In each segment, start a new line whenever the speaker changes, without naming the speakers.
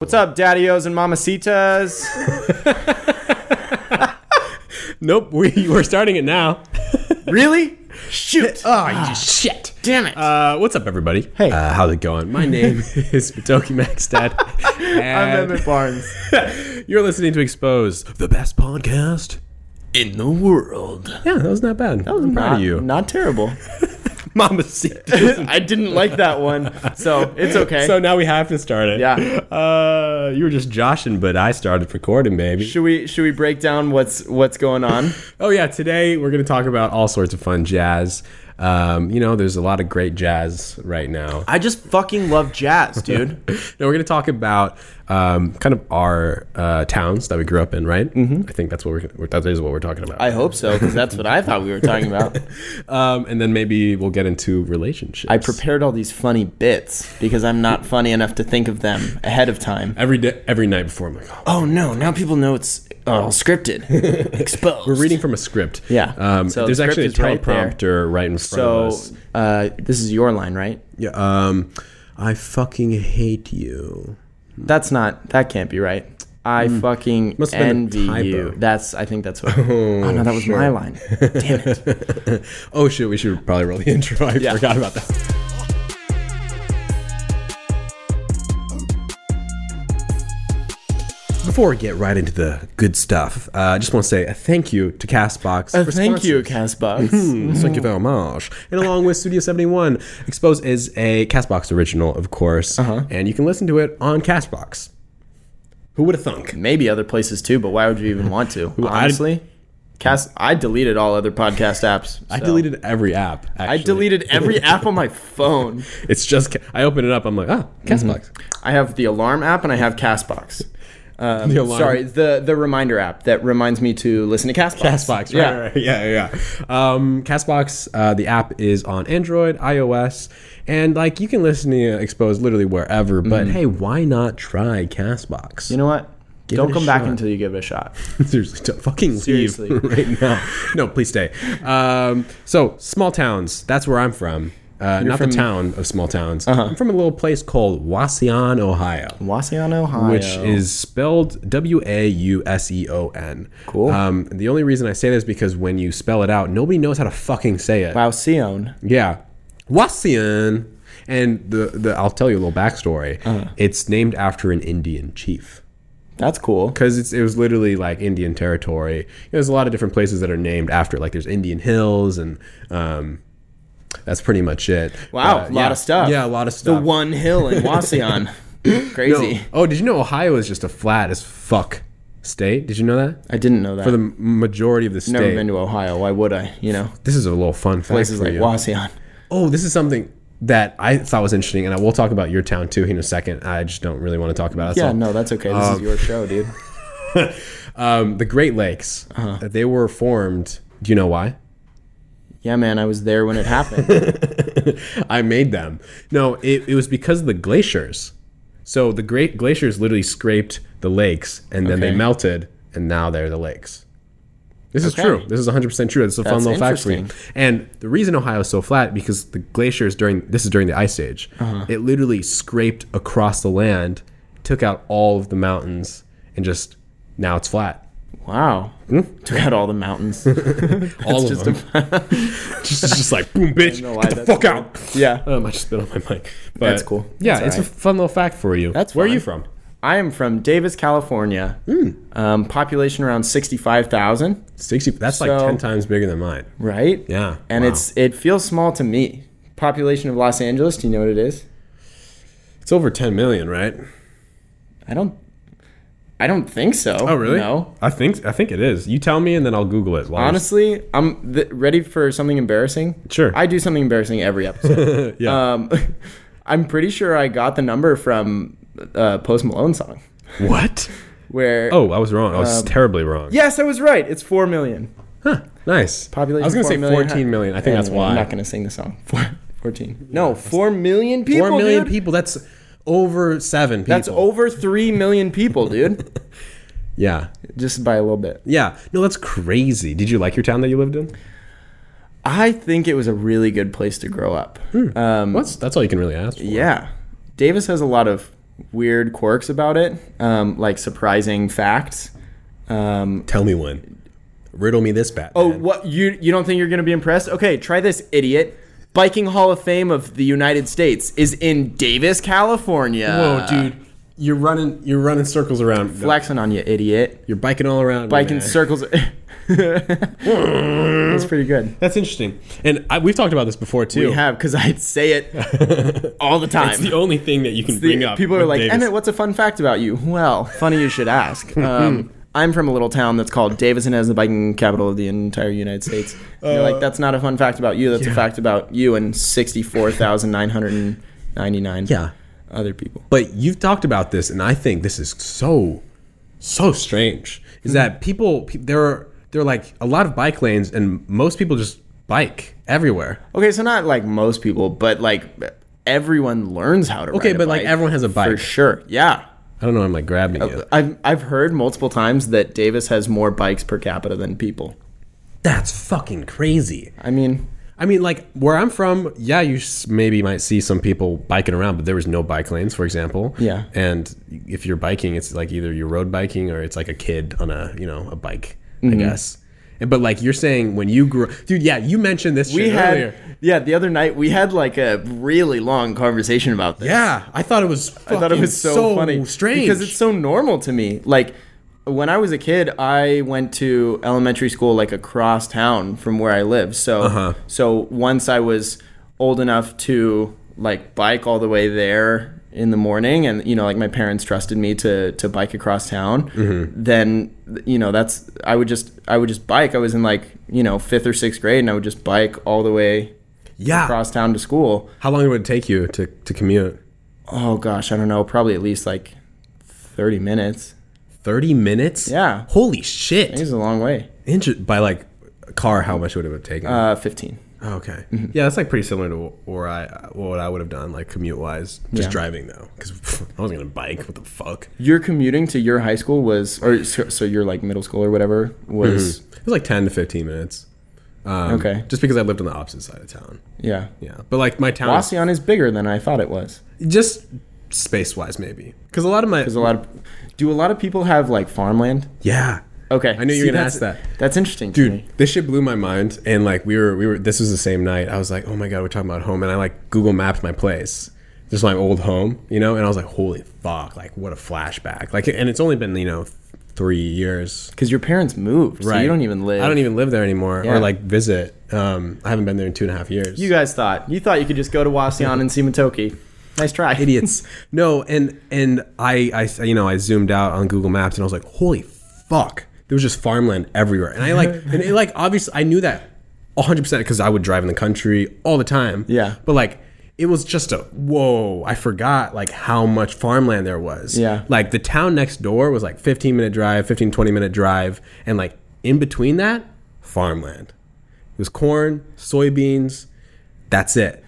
What's up, daddios and mamacitas?
Nope, we, we're starting it now.
really? Ah, Shoot.
Oh, you shit.
damn it.
Uh, what's up, everybody?
Hey.
Uh, how's it going? My name is Matoki Maxdad.
I'm
and
Emmett Barnes.
you're listening to Exposed, the best podcast in the world. Yeah, that was not bad. That was I'm proud
not,
of you.
Not terrible.
Mama said-
I didn't like that one, so it's okay.
So now we have to start it.
Yeah.
Uh, you were just joshing, but I started recording, baby.
should we should we break down what's what's going on?
Oh yeah, today we're going to talk about all sorts of fun jazz. Um, you know, there's a lot of great jazz right now.
I just fucking love jazz, dude.
No, we're going to talk about um, kind of our uh, towns that we grew up in, right? Mm-hmm. I think that's what we're that is what we're talking about.
I hope so, because that's what I thought we were talking about.
um, and then maybe we'll get into relationships.
I prepared all these funny bits because I'm not funny enough to think of them ahead of time.
every day, every night before. I'm like, oh,
Oh no! Now people know it's uh, scripted, exposed.
we're reading from a script.
Yeah.
Um,
So the
there's
script
actually a
is right there.
teleprompter right, in front of
So
us.
uh, this is your line, right?
Yeah. Um, I fucking hate you.
That's not. That can't be right. I fucking
Mm. Must have been a
envy
typo.
you. That's. I think that's what. Oh, no, that was my line. Damn it.
Oh shit, we should probably roll the intro. I
Yeah.
forgot about that. Before we get right into the good stuff, uh, I just want to say a thank you to Castbox. for
Thank you,
sponsoring-
Castbox.
Mm, Thank you very much. And along with Studio 71, Expose is a Castbox original, of course,
Uh-huh.
and you can listen to it on Castbox. Who would have thunk?
Maybe other places too, but why would you even want to?
I-
Honestly, Cast. I deleted all other podcast apps.
I
so.
deleted every app.
I
Actually.
deleted every app on my phone.
It's just ca- I open it up. I'm like, ah, Castbox.
I have the alarm app and I have Castbox. Mm-hmm. Um,
The alarm.
Sorry, the the reminder app that reminds me to listen to Castbox.
Castbox, right?
yeah.
right, right. Yeah, yeah, yeah. Um, Castbox, uh, the app is on Android, iOS, and like you can listen to uh, Exposed literally wherever. But hey, why not try Castbox?
Mm-hmm. You know what? Don't
it a
come back
shot.
until you give it a shot.
seriously, don't fucking leave
Seriously.
right now. No, please stay. Um, so small towns. That's where I'm from. Uh, not
from- Uh-huh.
the town of small towns. I'm from a little place called Wasion, Ohio.
Wasion, Ohio.
which is spelled W A U S E O N.
Cool.
Um, the only reason I say this is because when you spell it out, nobody knows how to fucking say it.
Wasion.
Yeah, Wassian. And the, the I'll tell you a little backstory.
Uh-huh.
It's named after an Indian chief
That's cool.
because it's it was literally like Indian territory. You know, there's a lot of different places that are named after. Like there's Indian Hills and. Um, that's pretty much it.
Wow,
But,
a lot
yeah.
of stuff.
Yeah, a lot of
The
stuff.
one hill in Wasion.
No.
Crazy.
Oh, did you know Ohio is just a flat as fuck state? Did you know that?
I didn't know that.
For the m- majority of the state.
Never been to Ohio. Why would I? You know,
this is a little fun fact.
places
for
like
you.
Wasion.
Oh, this is something that I thought was interesting, and I will talk about your town too here in a second. I just don't really want to talk about it. that's
Yeah,
all.
no, that's okay. This is your show, dude.
Um, the Great Lakes,
Uh-huh.
they were formed. Do you know why?
Yeah, man, I was there when it happened.
I made them. No, it, it was because of the glaciers. So the great glaciers literally scraped the lakes, and then they
Okay.
melted, and now they're the lakes. This is
Okay.
true. This is 100% true. It's a fun
That's
little fact for you. And the reason Ohio is so flat because the glaciers during this is during the ice age.
Uh-huh.
It literally scraped across the land, took out all of the mountains, and just now it's flat.
wow.
Hmm?
Took out all the mountains.
All of them. just, it's just like boom, bitch,
know why
get the
that's
fuck
cool.
out.
yeah.
Um, I just spit on my mic. But
That's cool.
Yeah,
That's
it's a fun little fact for you.
That's
where are
fine.
you from?
I am from Davis, California.
Hmm.
Um, population around 65,000,
Sixty. That's
So-
like ten times bigger than mine.
right?
Yeah,
And
wow.
it's it feels small to me. Population of Los Angeles, do you know what it is?
It's over ten million, right?
I don't I don't think so.
Oh, really?
No.
I think I think it is. You tell me, and then I'll Google it. while you're-
Honestly, I'm th- ready for something embarrassing.
Sure.
I do something embarrassing every episode.
yeah.
um, I'm pretty sure I got the number from uh, Post Malone song
what?
where.
Oh, I was wrong. I
Um,
was terribly wrong.
Yes, I was right. It's four million.
Huh. Nice.
Population
I was gonna
4
say
million
fourteen million. I think that's
Anyway,
why.
I'm not going to sing the song. Four, 14. No, four million people.
Four million
dude.
people. That's over seven people.
That's over three million people, dude.
Yeah.
Just by a little bit.
Yeah. No, that's crazy. Did you like your town that you lived in?
I think it was a
Hmm.
really good place to grow up. Um,
What's that's all you can really ask. For.
yeah, Davis has a lot of weird quirks about it, um, like surprising facts. Um,
Tell me one. Riddle me this, Batman.
oh, what you you don't think you're gonna be impressed? Okay, try this, idiot. Biking Hall of Fame of the United States is in Davis, California.
whoa, dude! You're running. You're running circles around.
Flexing on you, idiot.
You're biking all around.
Biking
man.
circles. That's pretty good.
That's interesting. And I, we've talked about this before too.
We have because I'd say it all the time.
it's the only thing that you can
The-
bring up.
people are
with
like,
Davis.
Emmett, what's a fun fact about you? Well, funny you should ask. Um, I'm from a little town that's called Davidson as the biking capital of the entire United States. And you're
Uh,
like, that's not a fun fact about you. That's a fact about you and 64,999
Yeah.
other people.
But you've talked about this, and I think this is so, so strange. Is
Hmm.
that people? pe- There are there are like a lot of bike lanes, and most people just bike everywhere.
Okay, so not like most people, but like everyone learns how to
Okay,
ride a
but like
bike,
everyone has a bike.
For sure. Yeah.
I don't know. I'm like grabbing you.
I've, I've heard multiple times that Davis has more bikes per capita than people.
That's fucking crazy.
I mean,
I mean, like where I'm from, yeah, you s- maybe might see some people biking around, but there was no bike lanes, for example.
Yeah.
And if you're biking, it's like either you're road biking or it's like a kid on a you know a bike, I
Mm-hmm.
guess. And, but like you're saying, when you grew, dude, yeah, you mentioned this.
we
shit
had
earlier.
yeah the other night we had like a really long conversation about this
Yeah, I thought it was.
i thought it was so, funny
strange
because it's so normal to me like when i was a kid i went to elementary school like across town from where i live so
Uh-huh.
so once i was old enough to like bike all the way there in the morning and you know like my parents trusted me to to bike across town
Mm-hmm.
then you know that's i would just i would just bike i was in like you know 5th or 6th grade and i would just bike all the way
yeah.
across town to school.
How long would it take you to to commute?
Oh gosh, I don't know, probably at least like 30 minutes.
Thirty minutes.
Yeah.
Holy shit!
It was a long way.
Inter- by like car, how much would it have taken?
Uh 15.
Oh, okay. Yeah, that's like pretty similar to wh- where I what I would have done, like commute wise, just
Yeah.
driving though, because I wasn't gonna bike. What the fuck?
Your commuting to your high school was or so, so your like middle school or whatever was
It was like ten to fifteen minutes, Um,
okay.
just because I lived on the opposite side of town.
Yeah.
Yeah, but like my town, is
Wasion is bigger than I thought it was.
just space wise, maybe because a lot of my
There's a lot of Do a lot of people have like farmland?
yeah,
Okay.
I knew you were gonna
that's-
ask that.
That's interesting to
dude,
me.
this shit blew my mind. And like we were we were this was the same night. I was like, oh my god, we're talking about home, and I like Google mapped my place. This is my old home, you know, and I was like, holy fuck, like what a flashback. Like, and it's only been you know three years
Cuz your parents moved, so
Right.
you don't even live.
I don't e- even live there anymore
Yeah.
or like visit. Um, I haven't been there in two and a half years.
you guys thought. You thought you could just go to Wasion and see Matoki. Nice try.
idiots. no, and and I, I you know I zoomed out on Google Maps and I was like, holy fuck, there was just farmland everywhere. And I like and it like obviously I knew that 100 percent because I would drive in the country all the time.
Yeah.
but like. It was just a whoa! I forgot like how much farmland there was.
Yeah.
like the town next door was like 15 minute drive, 15 20 minute drive, and like in between that, farmland. It was corn, soybeans. That's it.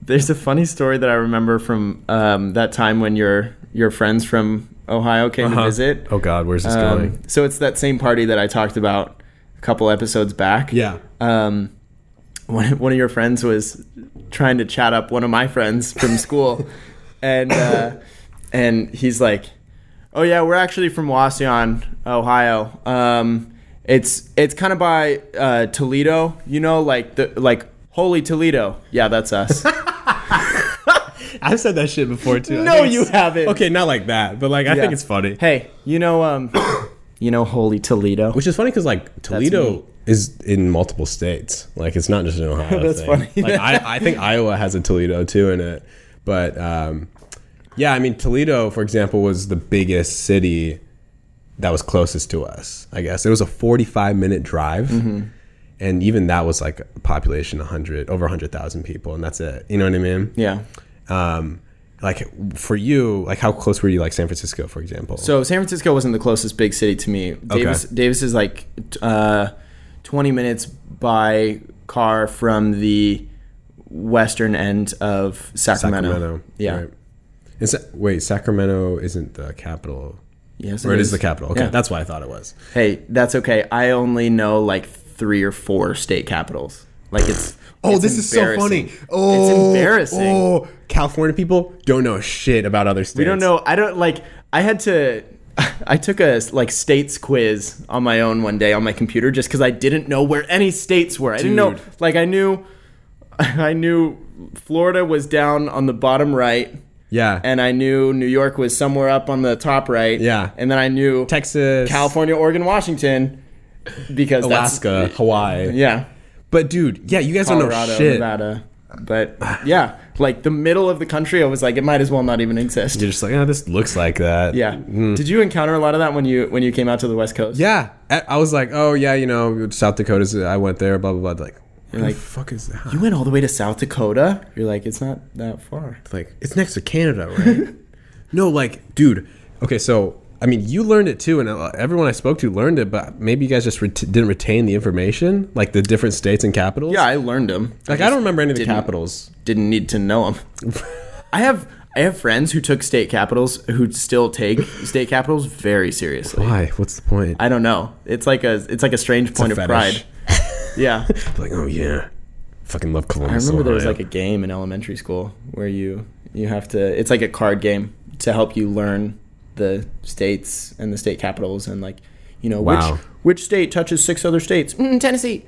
There's a funny story that I remember from um, that time when your your friends from Ohio came to visit.
Oh God, where's this
Um,
going?
so it's that same party that I talked about a couple episodes back.
Yeah.
Um, one one of your friends was trying to chat up one of my friends from school, and uh, and he's like, "Oh yeah, we're actually from Wasion, Ohio. Um, it's it's kind of by uh, Toledo, you know, like the like." Holy Toledo. Yeah, that's us.
I've said that shit before too. I
No,
think it's-
you haven't.
Okay, not like that, but like I
Yeah.
think it's funny.
Hey, you know, um, you know, Holy Toledo.
Which is funny because like Toledo is in multiple states. Like it's not just in Ohio.
That's
thing.
funny.
Like I, I think Iowa has a Toledo too in it, but um, yeah, I mean Toledo, for example, was the biggest city that was closest to us. I guess it was a forty-five minute drive. And even that was like a population 100, over 100,000 people, and that's it. You know what I mean?
yeah.
um like for you like how close were you like san francisco for example
So San Francisco wasn't the closest big city to me. Davis, Davis is like t- uh, 20 minutes by car from the western end of Sacramento.
sacramento
Yeah.
right. Is that- wait sacramento isn't the capital
Yes,
or it is the capital okay
Yeah.
that's why i thought it was
Hey, that's okay. I only know like three or Oh, four state capitals. Like it's. it's embarrassing. it's embarrassing.
oh California people don't know shit about other states.
We don't know. I don't like. I had to. I took a like states quiz on my own one day on my computer just because I didn't know where any states were. I didn't know.
Dude.
Like I knew, I knew Florida was down on the bottom right,
Yeah.
and I knew New York was somewhere up on the top right.
Yeah.
and then I knew
Texas,
California, Oregon, Washington, because that's-
Alaska, Hawaii.
yeah,
But dude, yeah, you guys don't know
Colorado,
shit.
Nevada. But yeah, like the middle of the country, I was like, it might as well not even exist.
You're just like, oh, this looks like that.
Yeah. Did you encounter a lot of that when you when you came out to the West Coast?
Yeah. I I was like, oh yeah, you know, South Dakota's. I went there. Blah blah blah. Like, where
like,
the fuck is that?
You went all the way to South Dakota. You're like, it's not that far.
like it's next to Canada, right? no, like, dude. Okay, so I mean, you learned it too, and uh, everyone I spoke to learned it, but maybe you guys just ret- didn't retain the information, like the different states and capitals.
Yeah, I learned them.
like I, don't remember any of the
didn't-
capitals.
didn't need to know them. I have I have friends who took state capitals who still take state capitals very seriously.
Why? What's the point?
I don't know. It's like a it's like a strange point of pride.
fetish.
Yeah.
like, oh yeah, fucking love
I
Columbus.
remember there was
Ohio.
like a game in elementary school where you you have to it's like a card game to help you learn the states and the state capitals and like you know
Wow.
which which state touches six other states? Mm, Tennessee.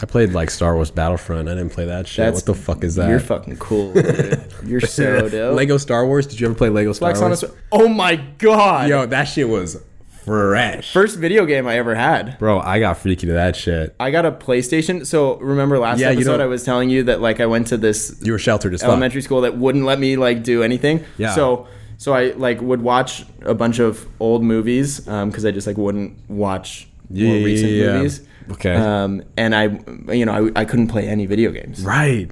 I played like Star Wars Battlefront. I didn't play that shit.
That's-
what the fuck is that?
You're fucking cool. Dude. You're so dope.
Lego Star Wars. Did you ever play Lego Star
Flex on
Wars?
us. Oh my god.
Yo, that shit was fresh,
First video game I ever had.
bro. I got freaky to that shit.
I got a PlayStation. So remember last
Yeah, you
episode
don't-
I was telling you that like I went to this
You were sheltered as fuck.
elementary school that wouldn't let me like do anything.
Yeah.
So so I like would watch a bunch of old movies because I just like wouldn't watch more
Yeah,
recent
yeah, yeah.
movies.
Okay.
Um, and I, you know, I, I couldn't play any video games.
Right.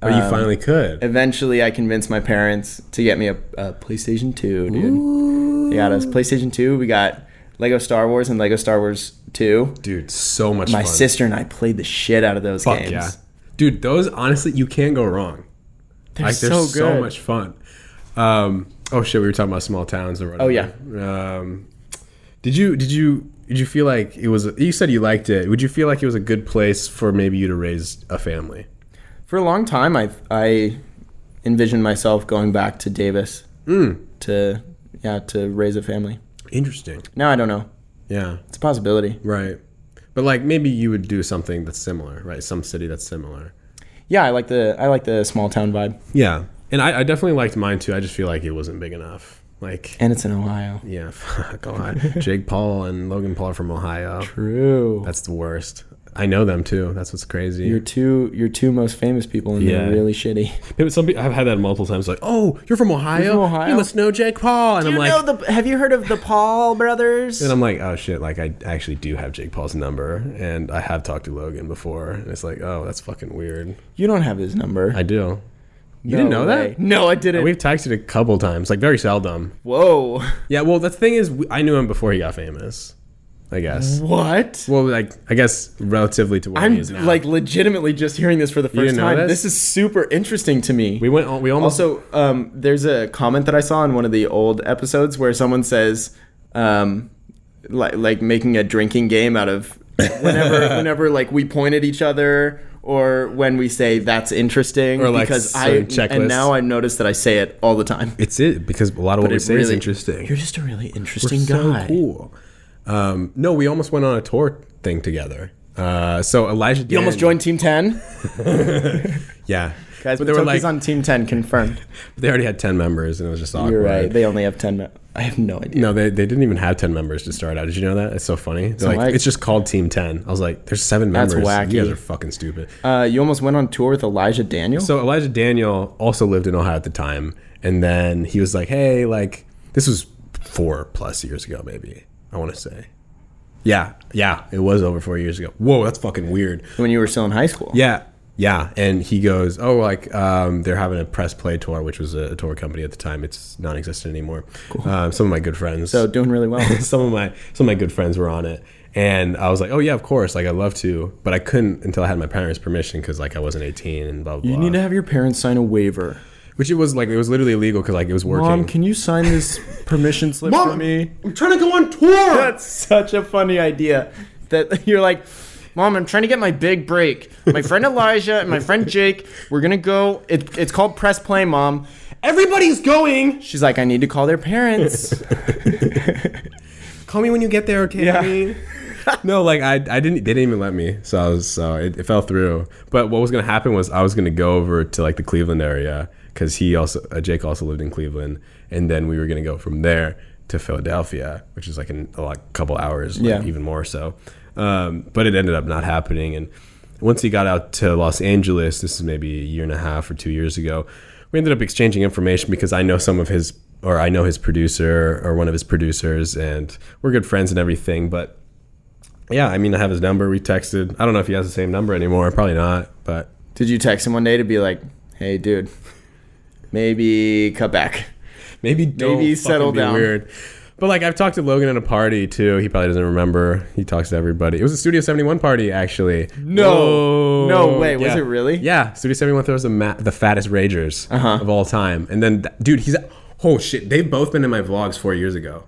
But
um,
you finally could.
Eventually, I convinced my parents to get me a, a PlayStation Two, dude. They got us PlayStation Two. We got Lego Star Wars and Lego Star Wars Two.
Dude, so much
My
fun.
sister and I played the shit out of those
Fuck
games.
yeah. Dude, those honestly you can't go wrong.
They're
Like they're
so
so,
good.
much fun. Um oh shit, we were talking about small towns or whatever. Oh
yeah.
Um did you did you did you feel like it was you said you liked it. Would you feel like it was a good place for maybe you to raise a family?
For a long time, I I envisioned myself going back to Davis
Hmm.
to yeah to raise a family.
Interesting.
Now I don't know.
Yeah.
It's a possibility.
Right. But like maybe you would do something that's similar, right? Some city that's similar.
Yeah, I like the I like the small town vibe,
Yeah. And I, I definitely liked mine too. I just feel like it wasn't big enough. Like
and it's in Ohio.
Yeah, fuck a lot. Jake Paul and Logan Paul are from Ohio.
True.
That's the worst. I know them too. That's what's crazy.
your two your two most famous people, and
Yeah.
they're really shitty.
People- some people, I've had that multiple times. Like, oh, you're from Ohio.
Ohio?
You must know Jake Paul. And I'm like,
the? Have you heard of the Paul brothers?
and I'm like, oh shit. Like, I actually do have Jake Paul's number, and I have talked to Logan before. And it's like, oh, that's fucking weird.
You don't have his number.
I do. You didn't know that?
No, I didn't.
We've texted a couple times, like very seldom.
Whoa.
Yeah. Well, the thing is, we- I knew him before he got famous. I guess.
What?
Well, like, I guess relatively to where he
I'm
is now.
like legitimately just hearing this for the first
didn't know
time.
this?
This? is super interesting to me.
we went. on- We almost
also, um, there's a comment that I saw in one of the old episodes where someone says, um, like, like making a drinking game out of whenever, whenever like we point at each other or when we say that's interesting,
Or, like,
because I
certain checklists.
and now I notice that I say it all the time.
It's it because a lot of what we
it
say is
really-
interesting.
You're just a really interesting
so
guy.
cool. Um, no, we almost went on a tour thing together. Uh, so Elijah,
You almost joined Team Ten,
Yeah,
guys.
but
But
they were like
on Team Ten confirmed.
they already had ten members, and it was just awkward.
You're right. They only have ten. Me- I have no idea.
No, they, they didn't even have ten members to start out. Did you know that? It's so funny. They're like,
like-
it's just called Team Ten. I was like, there's seven members. You
wacky.
guys are fucking stupid.
Uh, you almost went on tour with Elijah Daniel.
So Elijah Daniel also lived in Ohio at the time, and then he was like, "Hey, like this was four plus years ago, maybe I want to say." Yeah, yeah, it was over four years ago. Whoa, that's fucking weird.
when you were still in high school.
Yeah, yeah, and he goes, "Oh, like um, they're having a press play tour, which was a, a tour company at the time. It's non-existent anymore." Um, some of my good friends.
So doing really well.
some of my some of my good friends were on it and i was like oh yeah of course like i'd love to but i couldn't until i had my parents permission because like i wasn't 18 and blah blah
You
blah
need to have your parents sign a waiver.
which it was like it was literally illegal because like it was working.
Mom, can you sign this permission slip for me?
I'm trying to go on tour.
That's such a funny idea. That you're like, Mom, I'm trying to get my big break. My friend Elijah and my friend Jake, we're gonna go. It, it's called press play, Mom.
Everybody's going.
She's like, I need to call their parents.
Call me when you get there, okay?
Yeah.
no, like I, I didn't. They didn't even let me. So I was. So it, it fell through. But what was gonna happen was I was gonna go over to like the Cleveland area because he also uh, Jake also lived in Cleveland, and then we were gonna go from there to Philadelphia, which is like in a like, couple hours, like,
Yeah.
even more so. Um, but it ended up not happening. And once he got out to Los Angeles, this is maybe a year and a half or two years ago, we ended up exchanging information because I know some of his, or I know his producer or one of his producers, and we're good friends and everything. But yeah, I mean, I have his number. We texted. I don't know if he has the same number anymore. Probably not. But
Did you text him one day to be like, hey, dude, maybe cut back?
Maybe don't
Maybe
fucking
settle
be
down.
Weird. But like I've talked to Logan at a party too. He probably doesn't remember. He talks to everybody. It was a Studio 71 party actually.
No.
Whoa.
No way. Was
Yeah.
it really? Uh-huh.
Yeah. Studio 71 throws the ma- the fattest ragers of all time. And then th- dude, he's oh shit. They've both been in my vlogs 4 years ago.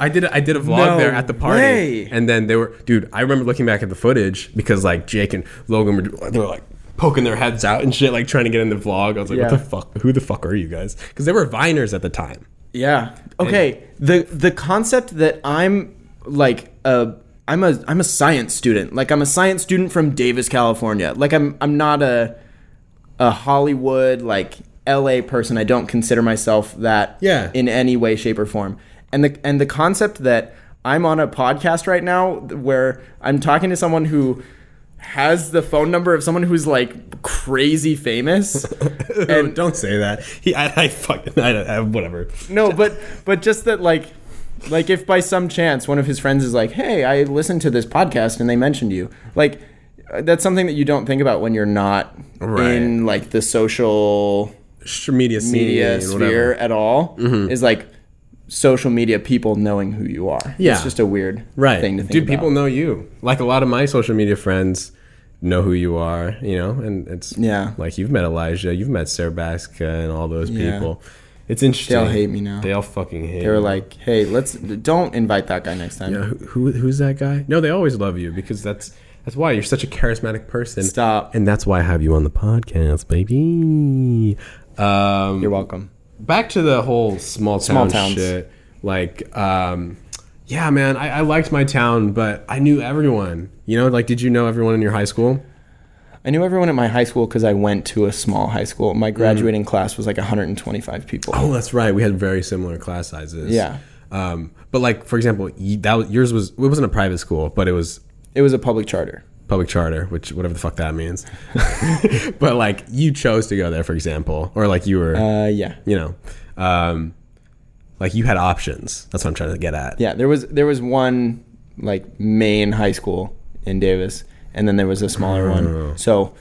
I did I did a vlog
No
there at the party.
way.
And then they were dude, I remember looking back at the footage because like Jake and Logan were they were like poking their heads out and shit like trying to get in the vlog. I was like
Yeah.
what the fuck? Who the fuck are you guys? Cuz they were viners at the time.
Yeah. Okay. The the concept that I'm like a I'm a I'm a science student. Like I'm a science student from Davis, California. Like I'm I'm not a a Hollywood like LA person. I don't consider myself that
Yeah.
in any way shape or form. And the and the concept that I'm on a podcast right now where I'm talking to someone who has the phone number of someone who's like crazy famous
and don't say that. He, I, I fucking, I, don't- I, whatever.
no, but but just that like like if by some chance one of his friends is like, "Hey, I listened to this podcast and they mentioned you." Like uh, that's something that you don't think about when you're not
Right.
in like the social
Sh- Media, scene,
media
whatever. Mm-hmm.
sphere at all. Is like social media people knowing who you are.
Yeah.
It's just a weird
right?
thing to think
Dude,
about.
people know you. Like a lot of my social media friends know who you are. You know, and it's
Yeah.
Like you've met Elijah, you've met Sarah Baska, and all those
Yeah.
people. It's interesting.
They all hate me now.
They all fucking hate.
They were like, "Hey, let's don't invite that guy next time."
you know, Uh, who, who who's that guy? No, they always love you because that's that's why you're such a charismatic person.
Stop.
And that's why I have you on the podcast, baby. Um,
You're welcome.
back to the whole small town
Small towns.
shit. Like, um, yeah, man, I, I liked my town, but I knew everyone. You know, like, did you know everyone in your high school?
I knew everyone at my high school because I went to a small high school. My graduating class was like 125 people.
Mm. Oh, that's right. We had very similar class sizes.
Yeah.
Um, but like, for example, y- that was, yours was it wasn't a private school, but it was
It was a public charter.
public charter, which whatever the fuck that means. but like, you chose to go there, for example, or like you were,
Uh, yeah,
you know, um, like you had options. That's what I'm trying to get at.
yeah. There was there was one like main high school in Davis, and then there was a smaller
Oh.
one. So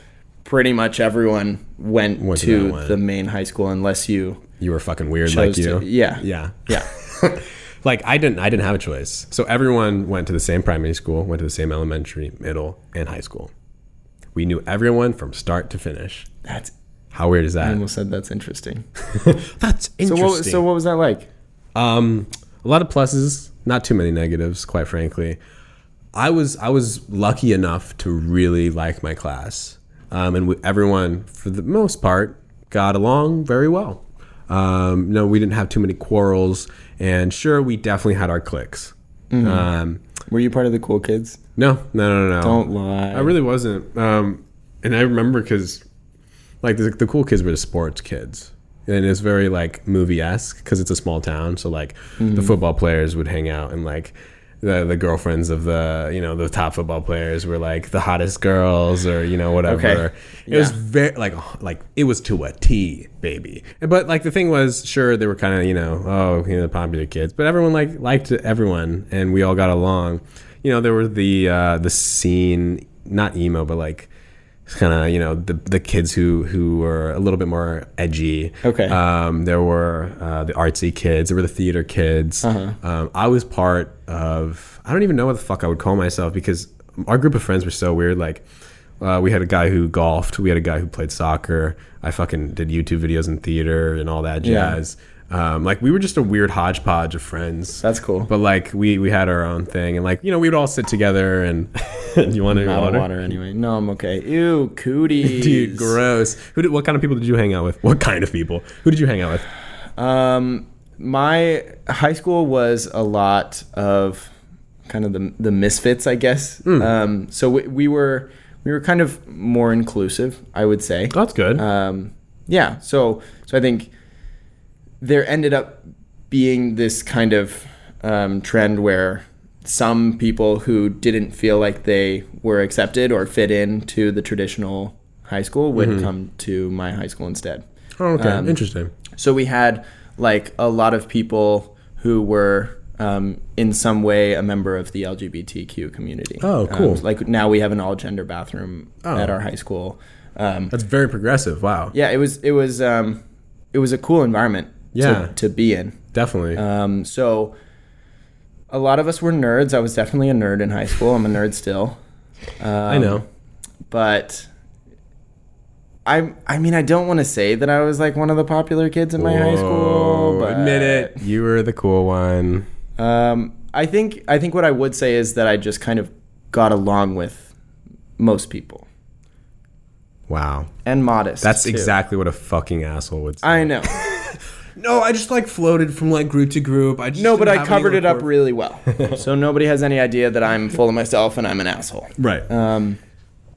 pretty much everyone went,
to
to,
that one.
the main high school unless you
You were fucking weird,
chose
like you.
to. Yeah,
Yeah.
yeah.
like I didn't I didn't have a choice. So everyone went to the same primary school, went to the same elementary, middle, and high school. We knew everyone from start to finish.
That's
How weird is
I
that?
almost said that's interesting.
That's
So
interesting.
what so what was that like?
Um, a lot of pluses, not too many negatives, quite frankly. I was I was lucky enough to really like my class, um, and we, everyone for the most part got along very well. Um, no, we didn't have too many quarrels, and sure, we definitely had our cliques. Um,
Were you part of the cool kids?
no, no, no, no.
Don't lie.
I really wasn't. Um, and I remember because, like, the, the cool kids were the sports kids. And it's very, like, movie esque because it's a small town. So, like, the football players would hang out and, like, the, the girlfriends of the you know the top football players were like the hottest girls or you know whatever
Okay.
it was
Yeah.
very like like it was to a T baby but like the thing was sure they were kind of you know oh you know the popular kids but everyone like liked everyone and we all got along you know there were the uh the scene not emo but like kind of you know the the kids who who were a little bit more edgy
Okay.
um, there were uh, the artsy kids. There were the theater kids.
Uh-huh.
Um, I was part of. I don't even know what the fuck I would call myself because our group of friends were so weird. Like, uh, we had a guy who golfed. We had a guy who played soccer. I fucking did YouTube videos in theater and all that
Yeah.
jazz. Um, like we were just a weird hodgepodge of friends.
That's cool.
But like we we had our own thing, and like you know we would all sit together and you want to
Not
water?
water anyway. No, I'm okay. Ew, cooties.
Dude, gross. Who did? What kind of people did you hang out with? What kind of people? Who did you hang out with?
Um, my high school was a lot of kind of the the misfits, I guess. Um, so we, we were we were kind of more inclusive, I would say.
That's good.
Um, yeah. So so I think there ended up being this kind of um, trend where some people who didn't feel like they were accepted or fit into the traditional high school would come to my high school instead.
oh, okay,
Um,
interesting.
So we had like a lot of people who were um, in some way a member of the LGBTQ community.
Oh, cool.
Um, like now we have an all gender bathroom
Oh.
at our high school. Um,
That's very progressive. Wow.
yeah, it was it was um, it was a cool environment.
Yeah.
To, to be in.
Definitely.
Um, so a lot of us were nerds. I was definitely a nerd in high school. I'm a nerd still, Um,
I know.
but. I, I mean I don't want to say that I was like one of the popular kids in my high school.
Whoa,
But
admit it. You were the cool one.
Um, I think I think what I would say is that I just kind of got along with most people
Wow.
and modest.
That's
too.
exactly what a fucking asshole would say.
I know.
no, I just like floated from like group to group. I just
No,
didn't
but I
have any
covered it up
rapport.
really well, so nobody has any idea that I'm full of myself and I'm an asshole.
Right.
Um,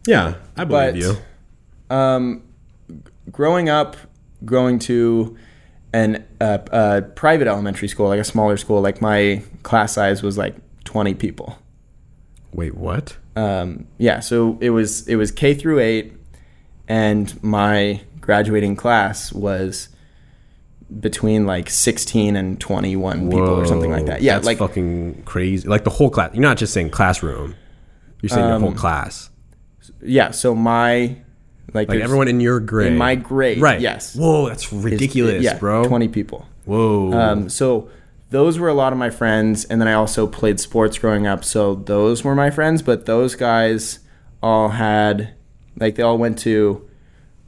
yeah, I believe
but-
you.
um, g- growing up, going to an uh, a private elementary school, like a smaller school, like my class size was like 20 people.
Wait, what?
um, yeah, so it was it was K through eight, and my graduating class was between like sixteen and twenty one people or something like
Whoa,
that. Yeah,
that's
like
fucking crazy. Like the whole class. You're not just saying classroom. You're saying
Um,
your whole class.
yeah. So my like,
Like
there's-
everyone in your grade.
in my grade,
Right.
Yes,
Whoa,
is-
that's ridiculous,
yeah,
bro.
Twenty people.
Whoa.
Um, so those were a lot of my friends, and then I also played sports growing up, so those were my friends. But those guys all had, like, they all went to,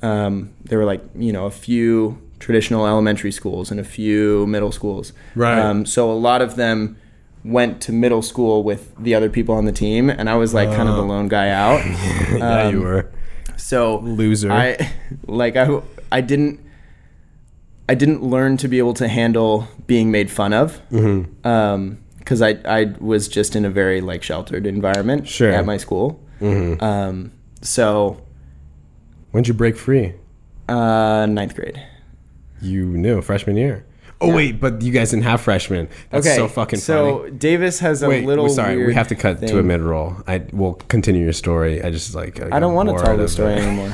um, there were like you know a few traditional elementary schools and a few middle schools.
Right.
Um, so a lot of them went to middle school with the other people on the team, and I was like kind of the lone guy out.
Oh. yeah,
um,
you were.
So
Loser.
I like I I didn't I didn't learn to be able to handle being made fun of. Mm-hmm. Um, because I I was just in a very like sheltered environment
Sure. Mm-hmm.
at my school. Um, so
When'd you break free?
uh, ninth grade.
You knew freshman year. Oh wait, but you guys didn't have freshmen. That's so fucking
so
funny.
Davis has a
Wait,
little.
sorry, we
weird
have to cut
thing.
to a mid roll. I will continue your story. I just like
I don't want to tell this story
It.
anymore.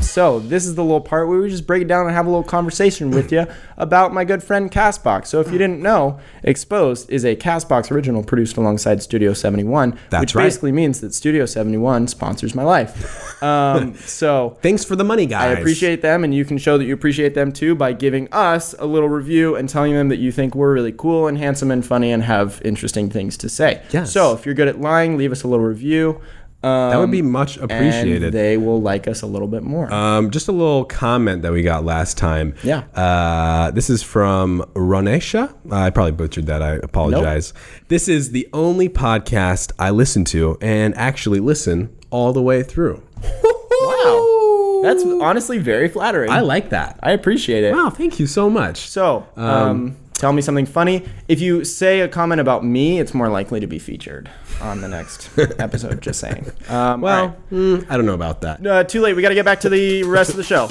So this is the little part where we just break it down and have a little conversation with you about my good friend Castbox. So if you didn't know, Exposed is a Castbox original produced alongside Studio 71,
That's
which
right.
basically means that Studio 71 sponsors my life. Um, so
Thanks for the money,
I
guys.
appreciate them, and you can show that you appreciate them too by giving us a little review and telling them that you think we're really cool and handsome and funny and have interesting things to say.
Yes.
So if you're good at lying, leave us a little review. Um,
That would be much
and
appreciated.
they will like us a little bit more.
Um, just a little comment that we got last time.
Yeah.
Uh, this is from Ronesha. I probably butchered that. I apologize. This is the only podcast I listen to and actually listen all the way through.
Wow. That's honestly very flattering.
I
I,
like that.
appreciate it.
Wow, thank you so much.
So um, tell me something funny. If you say a comment about me, it's more likely to be featured on the next episode. Just saying. Um, all
well,
right.
mm, I don't know about that.
uh, too late. We got to get back to the rest of the show.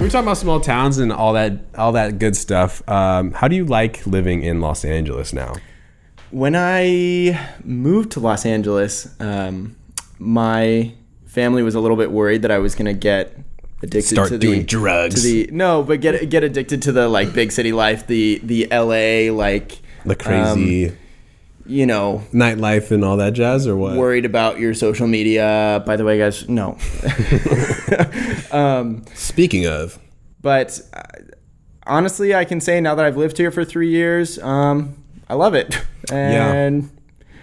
We We're talking about small towns and all that, all that good stuff. Um, how do you like living in Los Angeles now?
when I moved to Los Angeles, um, my family was a little bit worried that I was gonna get addicted
Start
to
doing
the,
drugs.
To the no, but get get addicted to the like big city life, the the L.A. like
The crazy
um, you know
nightlife and all that jazz, or what?
worried about your social media. By the way, guys, no.
Speaking of,
but uh, honestly, I can say now that I've lived here for three years, um, I love it. And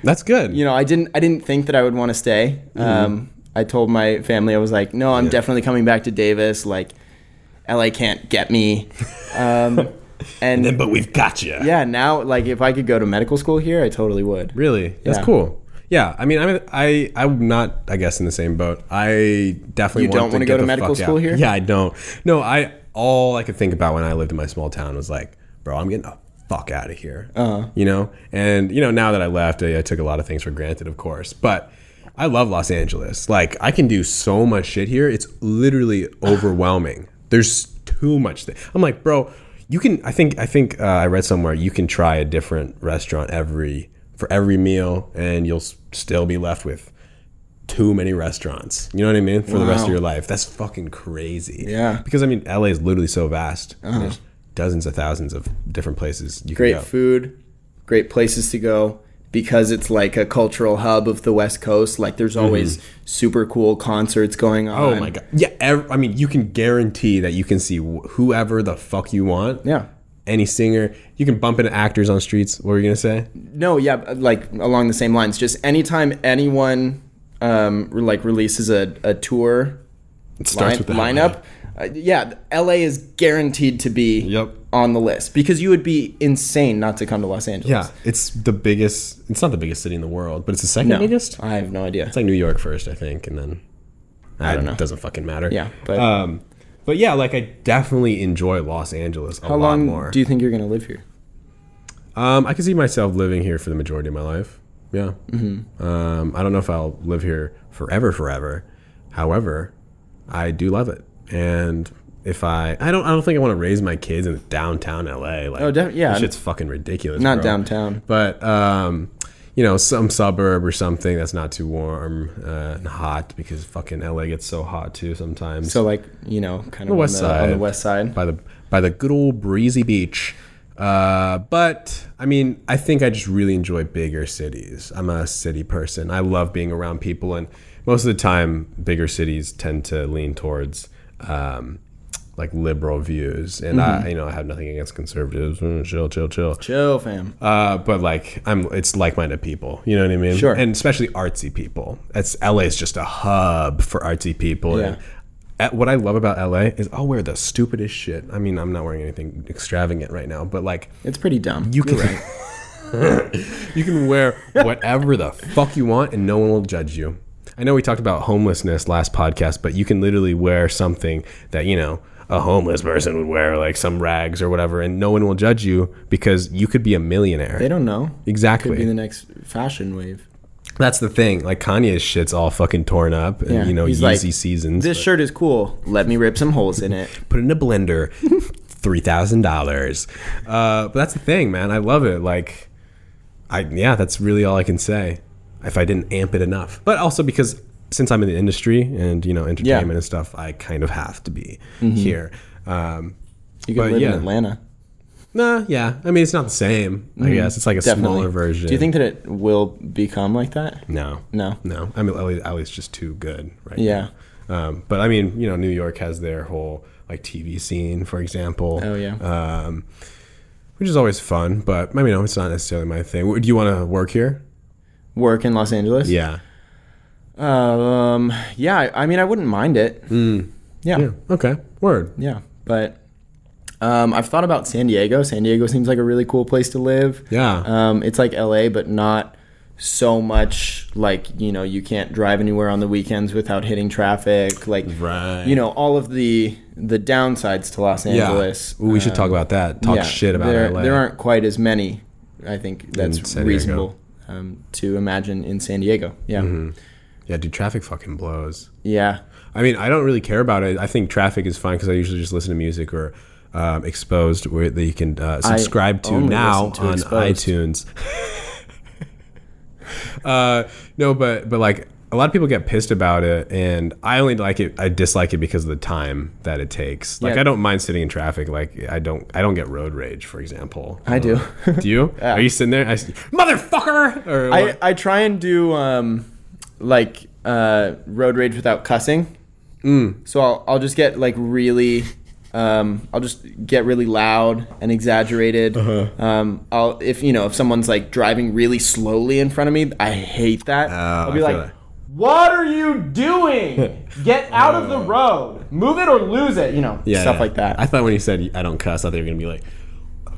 That's good.
you know, I didn't I didn't think that I would want to stay.
Mm-hmm.
Um, I told my family I was like, no, I'm definitely coming back to Davis. Like, LA can't get me. Um, and
but we've got you.
yeah, now like if I could go to medical school here, I totally would.
Really? That's
Yeah.
cool. Yeah, I mean, I'm I I'm not I guess in the same boat. I definitely
You
want
don't
to
wanna
get
go to
the
medical
fuck
school
out.
here?
Yeah, I don't. No, I all I could think about when I lived in my small town was like, bro, I'm getting the fuck out of here. Uh-huh. You know, and you know now that I left, I, I took a lot of things for granted, of course, but. I love Los Angeles. Like I can do so much shit here. It's literally overwhelming. There's too much. Th- I'm like, bro, you can. I think. I think uh, I read somewhere you can try a different restaurant every for every meal, and you'll s- still be left with too many restaurants. You know what I mean? For the rest of your life. That's fucking crazy.
Yeah. Uh-huh.
Because I mean, LA is literally so vast. There's dozens of thousands of different places you
Great
can go.
food, great places to go because it's like a cultural hub of the West Coast. Like there's always super cool concerts going on.
Mm-hmm. Oh my god! Yeah, ev- I mean, you can guarantee that you can see wh- whoever the fuck you want.
Yeah.
any singer. You can bump into actors on streets. What were you gonna say?
No, yeah, but, like along the same lines. Just anytime anyone um, re- like releases a, a tour
It
line, lineup, uh, yeah, LA is guaranteed to be
Yep.
on the list because you would be insane not to come to Los Angeles.
Yeah, it's the biggest. It's not the biggest city in the world, but it's the second
No,
biggest.
I have no idea.
It's like New York first, I think, and then I
don't know.
It doesn't fucking matter.
Yeah, but-
um, but yeah, like I definitely enjoy Los Angeles a
How
lot
long
more.
do you think you're gonna live here?
um, I can see myself living here for the majority of my life. Yeah. Mm-hmm. Um, I don't know if I'll live here forever, forever. However, I do love it, and if I, I don't, I don't think I want to raise my kids in downtown LA. Like,
Oh, def- yeah.
that shit's fucking ridiculous.
Not
bro.
downtown.
but um, you know, some suburb or something that's not too warm uh, and hot because fucking LA gets so hot too sometimes.
So like you know, kind of
west
on, the, on the
side.
west side.
by the by the good old breezy beach. Uh, but I mean, I think I just really enjoy bigger cities. I'm a city person. I love being around people, and most of the time, bigger cities tend to lean towards um, like liberal views. And I, you know, I have nothing against conservatives. Mm, chill, chill, chill.
Chill, fam.
Uh, but like I'm, it's like-minded people. You know what I mean?
Sure.
And especially artsy people. That's LA is just a hub for artsy people.
Yeah.
And at, what I love about LA is I'll wear the stupidest shit. I mean, I'm not wearing anything extravagant right now, but like
It's pretty dumb.
you can, you can wear whatever the fuck you want, and no one will judge you. I know we talked about homelessness last podcast, but you can literally wear something that you know a homeless person would wear, like some rags or whatever, and no one will judge you because you could be a millionaire.
they don't know.
Exactly.
Could be the next fashion wave.
That's the thing. Like Kanye's shit's all fucking torn up, and
Yeah,
you know
he's
Yeezy
like,
seasons.
This shirt is cool. Let me rip some holes in it.
Put it in a blender, three thousand dollars. Uh, but that's the thing, man. I love it. Like, I yeah, that's really all I can say. If I didn't amp it enough, but also because since I'm in the industry and you know entertainment and stuff, I kind of have to be
Mm-hmm.
here. Um,
You could
But
live
yeah.
in Atlanta.
nah, yeah. I mean, it's not the same. I guess it's like a
Mm-hmm. Definitely.
smaller version.
Do you think that it will become like that?
No.
No.
No. I mean, Ellie, Ellie's just too good right
Yeah.
now. Um, but I mean, you know, New York has their whole like TV scene, for example.
Oh, yeah.
Um, which is always fun, but I mean, no, it's not necessarily my thing. Would you want to work here?
Work in Los Angeles?
Yeah.
Um, yeah, I, I mean, I wouldn't mind it.
Hmm.
Yeah.
Yeah.
yeah.
Okay. Word.
But um, I've thought about San Diego. San Diego seems like a really cool place to live.
Yeah.
Um, it's like LA, but not so much like, you know, you can't drive anywhere on the weekends without hitting traffic. Like,
Right.
you know, all of the the downsides to Los
yeah.
Angeles. Um,
Ooh, we should talk about that. Talk
yeah,
shit about
there,
LA.
There aren't quite as many. I think that's
San Diego.
reasonable um, to imagine in San Diego. Yeah,
Mm-hmm. yeah, dude, traffic fucking blows.
yeah,
I mean, I don't really care about it. I think traffic is fine because I usually just listen to music or um, Exposed, where that you can uh, subscribe to
only
now
listen to
on
Exposed.
iTunes. uh, no, but but like a lot of people get pissed about it, and I only like it. I dislike it because of the time that it takes. Like
Yeah.
I don't mind sitting in traffic. Like I don't I don't get road rage, for example.
I do.
do you? Are you sitting there? I s- motherfucker. Or
I I try and do um, like Mm. uh, road rage without cussing. So I'll I'll just get like really um, I'll just get really loud and exaggerated. Um, I'll if you know if someone's like driving really slowly in front of me, I hate Ah, that. I'll be
I
like,
feel that.
"What are you doing? Get out of the road. Move it or lose it." You know, stuff like that.
I thought when you said I don't cuss, I thought you were gonna be like,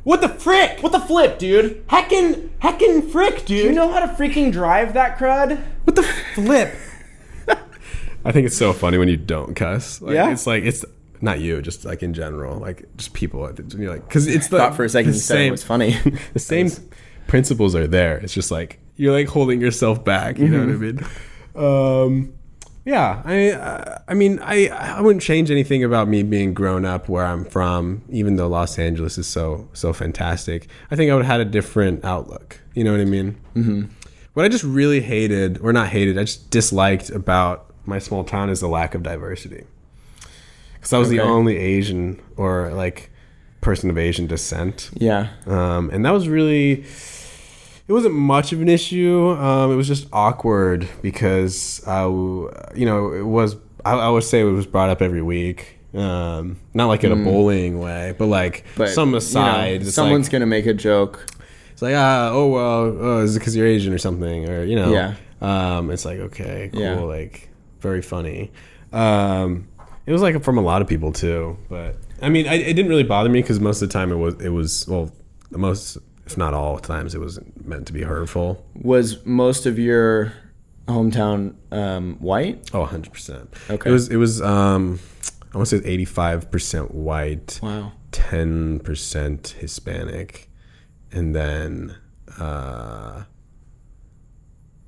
what the frick? What the flip, dude?
heckin, heckin frick, dude.
You know how to freaking drive that crud?
what the flip? I think it's so funny when you don't cuss. Like,
Yeah?
it's like it's not you, just like in general, like just people. You're like, because it's the,
Thought Uh, for a second
the
you said it
same-
was funny.
the same principles are there. It's just like you're like holding yourself back. You know what I mean? Um, yeah, I uh, I mean I I wouldn't change anything about me being grown up where I'm from, even though Los Angeles is so so fantastic. I think I would have had a different outlook. You know what I mean? Mm-hmm. What I just really hated, or not hated, I just disliked about my small town is the lack of diversity. Because I was the
Okay.
only Asian or like person of Asian descent
yeah.
um, and that was really it wasn't much of an issue um, it was just awkward because I, w- you know it was I, I would say it was brought up every week um, not like in a bullying way but like
Hmm. But you
some
know,
aside it's
someone's
like,
gonna make a joke.
it's like ah, oh well oh, is it because you're asian or something or you know
Yeah.
um, it's like okay cool
Yeah.
like very funny um, it was like from a lot of people too but i mean I, it didn't really bother me because most of the time it was it was well the most if not all times it was meant to be hurtful
Was most of your hometown um, white?
oh 100%
Okay.
it was it was um, i want to say 85% white
Wow.
ten percent Hispanic, and then uh,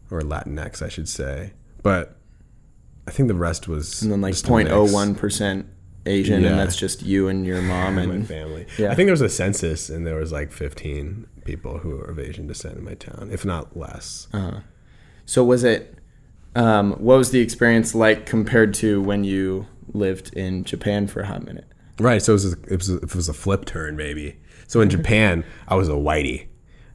or Latinx, I should say. But I think the rest was
And then like
just a mix.
0.01 percent Asian,
Yeah.
and that's just you and your mom
My
and
family.
Yeah.
I think there was a census, and there was like fifteen people who were of Asian descent in my town, if not less.
Uh. So was it? Um, what was the experience like compared to when you lived in Japan for a hot minute?
Right. So it was, a, it was a, it was a flip turn, maybe. So in Japan, I was a whitey.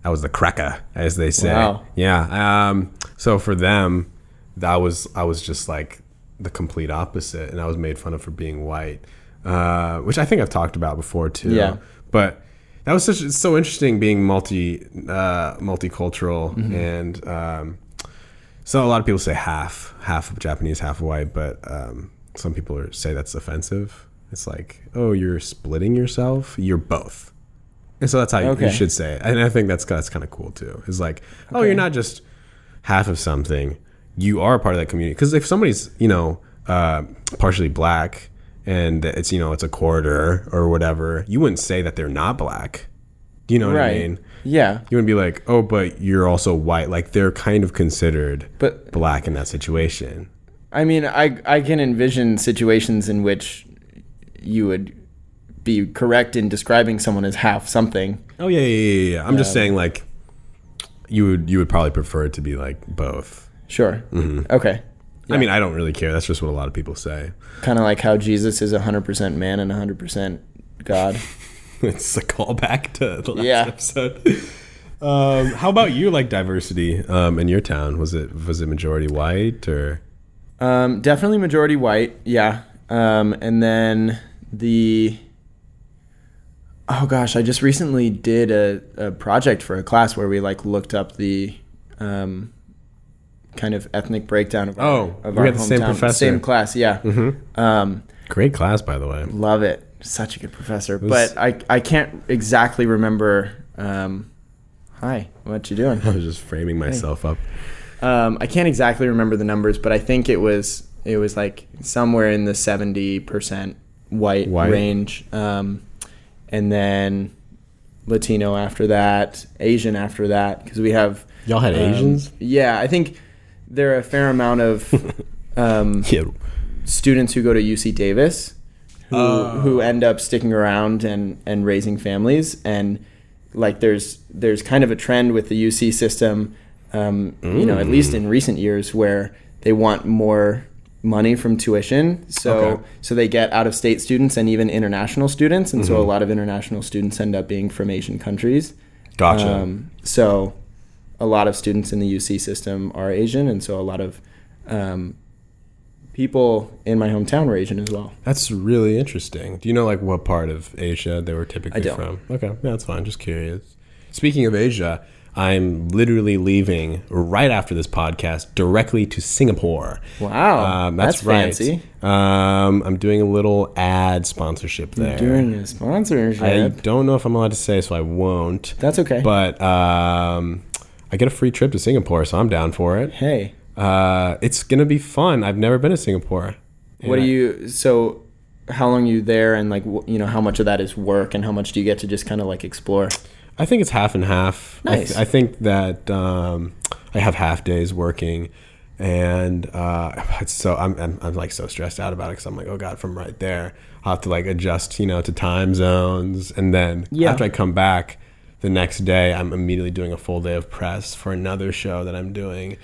I was the cracker, as they say.
Wow.
Yeah. Um, so for them, that was I was just like the complete opposite, and I was made fun of for being white, uh, which I think I've talked about before too.
Yeah.
But that was such it's so interesting being multi uh, multicultural and. Um, so a lot of people say half, half Japanese, half white, but um, some people are, say that's offensive. It's like, oh, you're splitting yourself. You're both, and so that's how you-
Okay.
you should say it. And I think that's that's kind of cool too. It's like, oh, you're not just half of something. You are a part of that community. Because if somebody's you know uh, partially black and it's you know it's a quarter or whatever, you wouldn't say that they're not black. Do you know what I mean?
Yeah.
You wouldn't be like, oh, but you're also white. Like they're kind of considered
But
black in that situation.
I mean, I I can envision situations in which you would be correct in describing someone as half something.
Oh yeah, yeah, yeah. yeah. I'm just saying like you would you would probably prefer it to be like both.
Sure.
Mm-hmm.
Okay.
I mean, I don't really care. That's just what a lot of people say.
Kind of like how Jesus is 100% man and 100% God.
it's a callback to the last
Yeah.
episode. Um, how about you? Like diversity um, in your town was it was it majority white or
Um, definitely majority white. Yeah. Um, and then the oh gosh, I just recently did a, a project for a class where we like looked up the um, kind of ethnic breakdown of our,
Oh,
of
we
our
had the same
hometown.
professor. Mm-hmm.
same class. Yeah. Um,
great class by the way?
love it. Such a good professor. But I I can't exactly remember. Um, hi, what you doing?
I was just framing myself up.
Um, I can't exactly remember the numbers, but I think it was it was like somewhere in the seventy percent white,
White.
range, um, and then Latino after that, Asian after that, because we have
Y'all had
um,
Asians?
Yeah, I think there are a fair amount of um,
Yeah.
students who go to UC Davis who
Oh.
who end up sticking around and and raising families and like there's there's kind of a trend with the UC system um, you know at least
Mm.
in recent years where they want more money from tuition so
Okay.
so they get out of state students and even international students and
Mm-hmm.
so a lot of international students end up being from Asian countries
Gotcha.
um, so a lot of students in the UC system are Asian, and so a lot of um, people in my hometown were Asian as well.
That's really interesting. Do you know like what part of Asia they were typically
I don't.
from? Okay, yeah, that's fine. Just curious. Speaking of Asia, I'm literally leaving right after this podcast directly to Singapore.
Wow,
um, that's,
that's
right.
fancy.
Um, I'm doing a little ad sponsorship there.
During a sponsorship.
I don't know if I'm allowed to say, so I won't.
That's okay.
But um, I get a free trip to Singapore, so I'm down for it.
hey,
Uh, it's gonna be fun. I've never been to Singapore.
what
Yeah.
do you? So, how long are you there, and like wh- you know, how much of that is work, and how much do you get to just kind of like explore?
I think it's half and half. I,
Nice.
I think that um, I have half days working, and uh, it's so I'm, I'm I'm like so stressed out about it because I'm like, oh god, from right there, I will have to like adjust, you know, to time zones, and then
Yeah.
after I come back the next day, I'm immediately doing a full day of press for another show that I'm doing.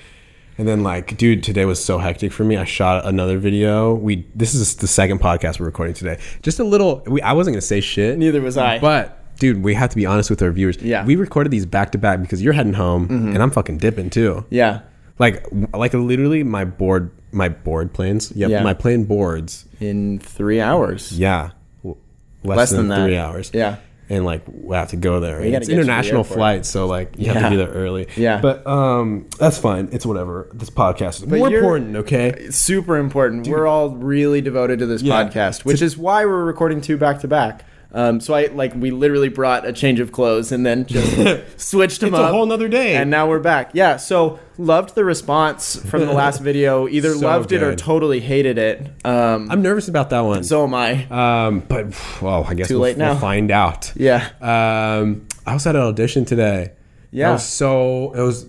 And then like, dude, today was so hectic for me. I shot another video. We this is the second podcast we're recording today. Just a little. We, I wasn't gonna say shit.
Neither was I.
But dude, we have to be honest with our viewers.
Yeah. Mm-hmm.
We recorded these back to back because you're heading home and I'm fucking dipping too.
Yeah,
Like like literally my board my board planes. Yep,
Yeah.
My plane boards.
in three hours.
Yeah. w- Less,
Less
than,
than that.
three hours.
Yeah.
And like we have to go there.
gotta
It's
get to the
international
airport.
flight, so like you have
Yeah.
to be there early.
Yeah.
But um that's fine. It's whatever. This podcast is more
you're-
important, okay?
It's super important. We're all really devoted to this
Yeah.
podcast, which is why we're recording two back to back. Um, so I like we literally brought a change of clothes and then just switched them
It's a
up.
whole nother day.
and now we're back. Yeah, so loved the response from the last video. Either
So
loved it or
good.
totally hated it. Um,
I'm nervous about that one.
so am I.
um but well, I guess
Too
we'll,
late
we'll
now.
find out.
Yeah,
Um, I also had an audition today.
Yeah.
I was so it was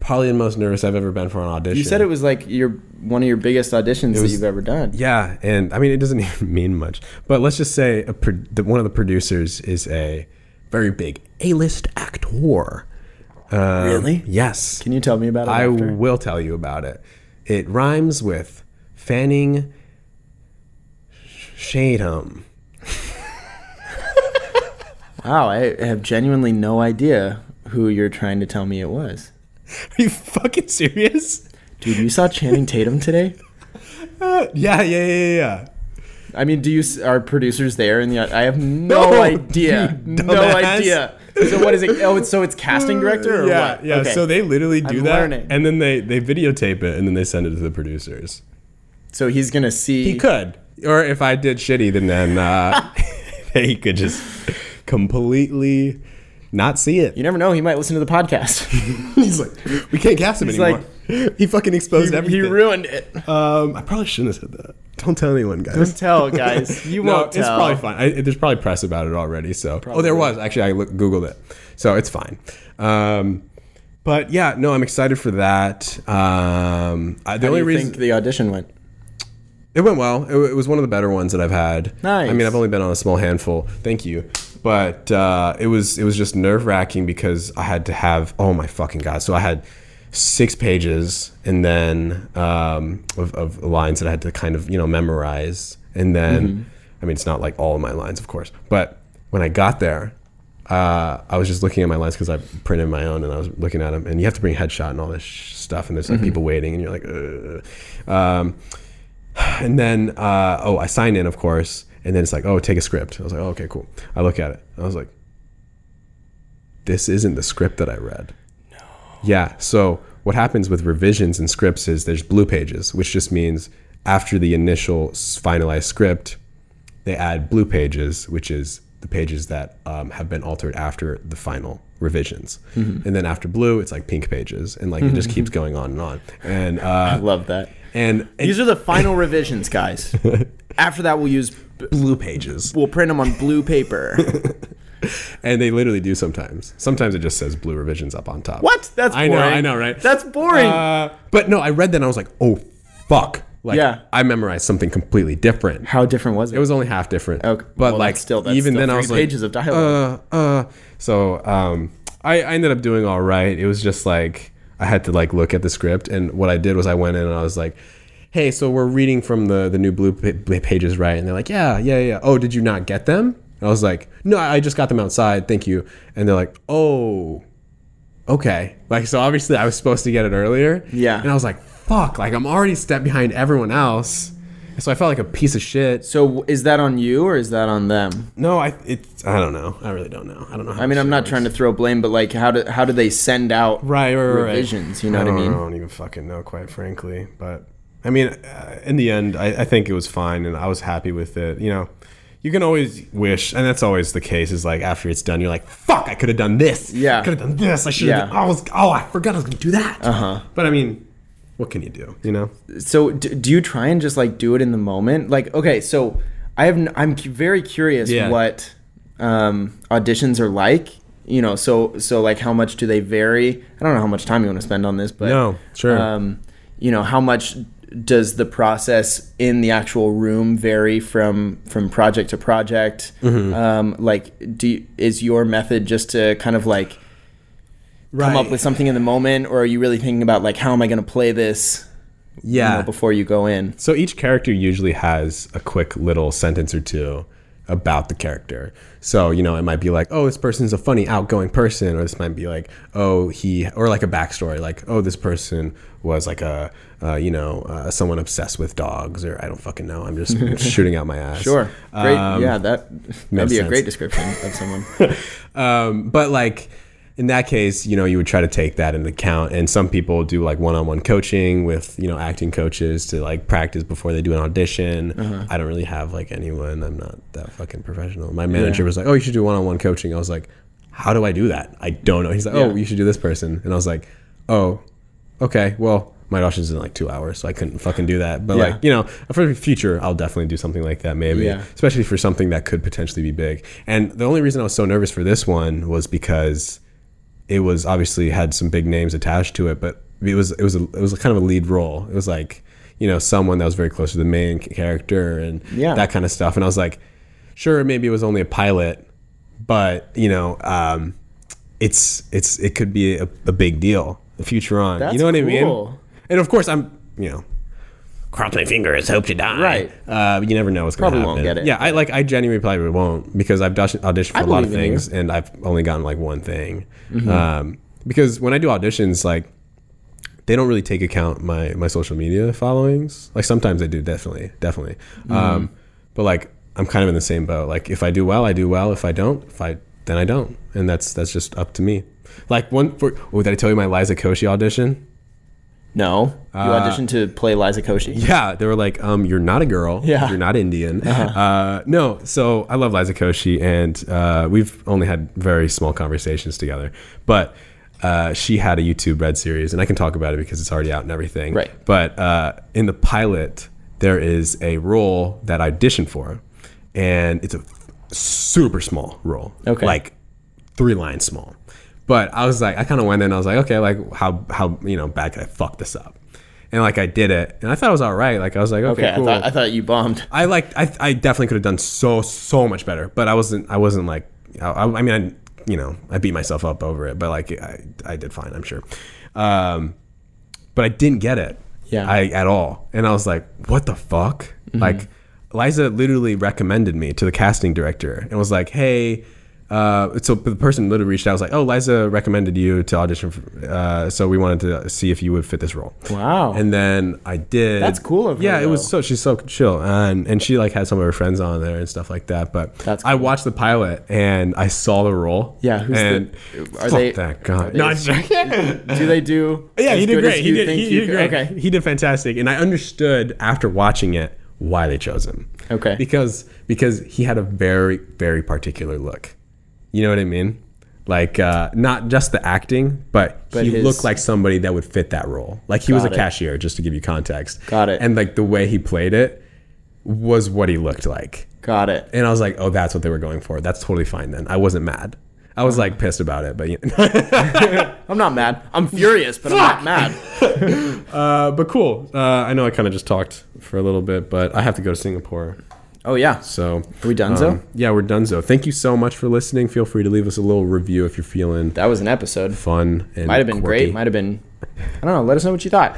probably the most nervous I've ever been for an audition.
you said it was like your one of your biggest auditions that
was-
you've ever done.
Yeah, and I mean it doesn't even mean much, but let's just say a pro- the, one of the producers is a very big A-list actor. Um,
Really?
Yes.
Can you tell me about it?
I
after?
will tell you about it. It rhymes with Fanning Shadeham.
Wow, I have genuinely no idea who you're trying to tell me it was.
Are you fucking serious?
Dude, you saw Channing Tatum today?
Uh, yeah, yeah, yeah, yeah, yeah.
I mean, do you s- are producers there? And the, I have no,
No,
idea,
you
no
dumbass.
idea. So what is it? Oh, it's, so it's casting director. Or
yeah,
what?
yeah.
Okay.
So they literally do
I'm
that,
learning.
and then they they videotape it, and then they send it to the producers.
so he's gonna see.
He could, or if I did shitty, then then uh, he could just completely not see it.
You never know. He might listen to the podcast.
He's like, we can't cast him
He's
anymore. he fucking
he,
exposed
he
everything.
ruined it.
um, I probably shouldn't have said that. Don't tell anyone, guys.
Don't tell, guys. You
No,
won't tell.
It's probably fine. I, there's probably press about it already. So oh, there was actually. I look, googled it, so it's fine. Um, but yeah, no, I'm excited for that. Um,
How
I, the
do
only
you
reason
think the audition went?
it went well. It, wa- it was one of the better ones that I've had.
Nice.
I mean, I've only been on a small handful. Thank you. But uh, it was it was just nerve wracking because I had to have oh my fucking god. So I had six pages and then um, of, of lines that I had to kind of you know memorize and then I mean it's not like all of my lines of course, but when I got there. Uh, I was just looking at my lines because I printed my own and I was looking at them. And you have to bring headshot and all this sh- stuff. And there's like people waiting, and you're like, Ugh. Um, and then uh, oh, I signed in, of course, and then it's like, oh, take a script. I was like, oh, okay, cool. I look at it. I was like, this isn't the script that I read. No. Yeah. So what happens with revisions and scripts is there's blue pages, which just means after the initial s- finalized script, they add blue pages, which is the pages that um, have been altered after the final revisions. And then after blue, it's like pink pages, and like it just keeps going on and on. And
I
uh,
love that.
and, and
These are the final revisions, guys. After that, we'll use.
blue pages.
We'll print them on blue paper.
And they literally do sometimes. Sometimes it just says blue revisions up on top.
What? That's
I
boring.
know, I know, right?
That's boring.
Uh, but no, I read that and I was like, oh fuck. Like
Yeah.
I memorized something completely different.
How different was it?
It was only half different.
Okay.
But
Well,
like
that's still- that's
even
still
then I
three
was
pages
like,
of dialogue.
Uh, uh. So um, I, I ended up doing all right. It was just like I had to like look at the script, and what I did was I went in and I was like, "Hey, so we're reading from the the new blue pa- blue pages, right?" And they're like, "Yeah, yeah, yeah." Oh, did you not get them? And I was like, "No, I just got them outside. Thank you." And they're like, "Oh, okay." Like so, obviously I was supposed to get it earlier.
Yeah.
And I was like,
fuck, like I'm already a step behind everyone else. And so I felt like a piece of shit.
So is that on you or is that on them?
No, I it's I don't know. I really don't know. I don't know. How
I mean, I'm not trying to throw blame, but like, how do how do they send out
right, right, right, right.
revisions? You know what I
don't-
mean?
I don't even fucking know, quite frankly. But I mean, uh, in the end, I, I think it was fine, and I was happy with it. You know, you can always wish, and that's always the case. Is like after it's done, you're like, "Fuck, I could have done this.
Yeah.
could have done this. I should have.
Yeah. Uh-huh.
I was. Oh, I forgot I was gonna do that. Uh huh. But I mean, what can you do? You know.
so do, do you try and just like do it in the moment like okay so i have n- i'm cu- very curious
Yeah.
what um auditions are like you know so so like how much do they vary i don't know how much time you want to spend on this but
No, sure.
um you know how much does the process in the actual room vary from from project to project
Mm-hmm.
um like do you, is your method just to kind of like come up
Right.
with something in the moment or are you really thinking about like how am i going to play this you
Yeah.
know, before you go in.
So each character usually has a quick little sentence or two about the character. So, you know, it might be like, oh, this person's a funny, outgoing person, or this might be like, oh, he, or like a backstory, like, oh, this person was like a, uh, you know, uh, someone obsessed with dogs, or I don't fucking know. I'm just shooting out my ass. Um,
Sure. Great. yeah, that that'd be a
sense.
great description of someone. Right.
Um, but like in that case, you know, you would try to take that into account. And some people do like one-on-one coaching with you know acting coaches to like practice before they do an audition.
Uh-huh.
I don't really have like anyone. I'm not that fucking professional. My manager was like, "Oh, you should do one-on-one coaching." I was like, "How do I do that? I don't know." He's like, "Oh,
Yeah.
you should do this person," and I was like, "Oh, okay, well." My audition's in like two hours, so I couldn't fucking do that. But
Yeah.
like, you know, for the future, I'll definitely do something like that. Maybe,
Yeah.
especially for something that could potentially be big. And the only reason I was so nervous for this one was because it was obviously had some big names attached to it, but it was it was a, it was kind of a lead role. It was like you know someone that was very close to the main c- character and
Yeah.
that kind of stuff. And I was like, sure, maybe it was only a pilot, but you know, um, it's it's it could be a, a big deal. The future on,
That's
you know what I mean?
cool.
And of course, I'm you know cross my fingers, hope to die.
Right.
Uh, you never know what's going to
Probably
happen.
won't get it.
Yeah, I like I genuinely probably won't because I've audition- auditioned for a lot of
believe in you. Mm-hmm.
things and I've only gotten like one thing. Um, because when I do auditions, like they don't really take account my my social media followings. Like sometimes they do, definitely, definitely.
Mm-hmm.
Um, but like I'm kind of in the same boat. Like if I do well, I do well. If I don't, if I then I don't, and that's that's just up to me. Like one for oh, did I tell you my Liza Koshy audition?
No, you auditioned to play Liza Koshy.
Uh, Yeah, they were like, um, you're not a girl.
Yeah. Uh-huh.
You're not Indian. Uh, no, so I love Liza Koshy, and uh, we've only had very small conversations together. But uh, she had a YouTube Red series, and I can talk about it because it's already out and everything.
Right.
But uh, in the pilot, there is a role that I auditioned for, and it's a super small role.
Okay.
Like three lines small. But I was like, I kind of went in. I was like, okay, like how how you know bad could I fuck this up? And like I did it, and I thought it was all right. Like I was like, okay,
Okay,
cool.
I thought I thought you bombed.
I like I, I definitely could have done so so much better, but I wasn't I wasn't like I, I I mean I you know I beat myself up over it, but like I I did fine I'm sure, um, but I didn't get it
Yeah. Mm-hmm.
I at all, and I was like what the fuck like Liza literally recommended me to the casting director and was like hey. Uh, so the person literally reached out. I was like, "Oh, Liza recommended you to audition, for, uh, so we wanted to see if you would fit this role."
Wow.
And then I did.
That's cool of her,
Yeah, it was
though.
so she's so chill and and she like had some of her friends on there and stuff like that but
That's
i watched the pilot and i saw the role
Yeah, who's the-
and
are
fuck
they-
that
are
guy
they-
no, I'm joking.
Do they do?
yeah he
as
did
good as
great he
you
did,
think
he,
you
did
could-
great
Okay.
he did fantastic and i understood after watching it why they chose him
Okay.
because because he had a very very particular look you know what i mean like uh, not just the acting but,
But
he
his-
looked like somebody that would fit that role like he was a
Got it.
cashier just to give you context
Got it.
and like the way he played it was what he looked like
Got it.
and i was like oh that's what they were going for that's totally fine then i wasn't mad i was like pissed about it but you
I'm not mad. I'm furious, but I'm not mad.
uh, but cool uh, i know i kind of just talked for a little bit but i have to go to singapore
Oh yeah.
so
Are we done, so?
Um, yeah we're done so thank you so much for listening feel free to leave us a little review if you're feeling
That was an episode.
fun and
Might have been
quirky.
great. Might have been. I don't know. Let us know what you thought.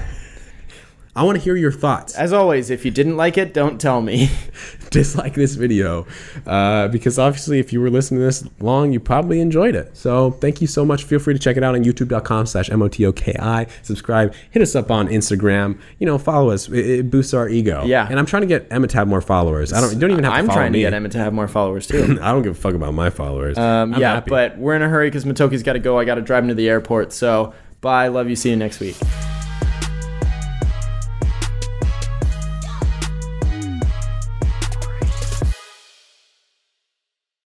I want to hear your thoughts.
As always, if you didn't like it, don't tell me.
Dislike this video uh, because obviously, if you were listening to this long, you probably enjoyed it. So thank you so much. Feel free to check it out on YouTube.com/slash motoki. Subscribe. Hit us up on Instagram. You know, follow us. It, it boosts our ego.
Yeah.
And I'm trying to get Emma to have more followers. I don't. You don't even have.
I'm
to follow
trying to
me.
get Emmett to have more followers too.
I don't give a fuck about my followers.
Um,
I'm
yeah,
happy.
but we're in a hurry because Matoki's got to go. I got to drive him to the airport. So bye. Love you. See you next week.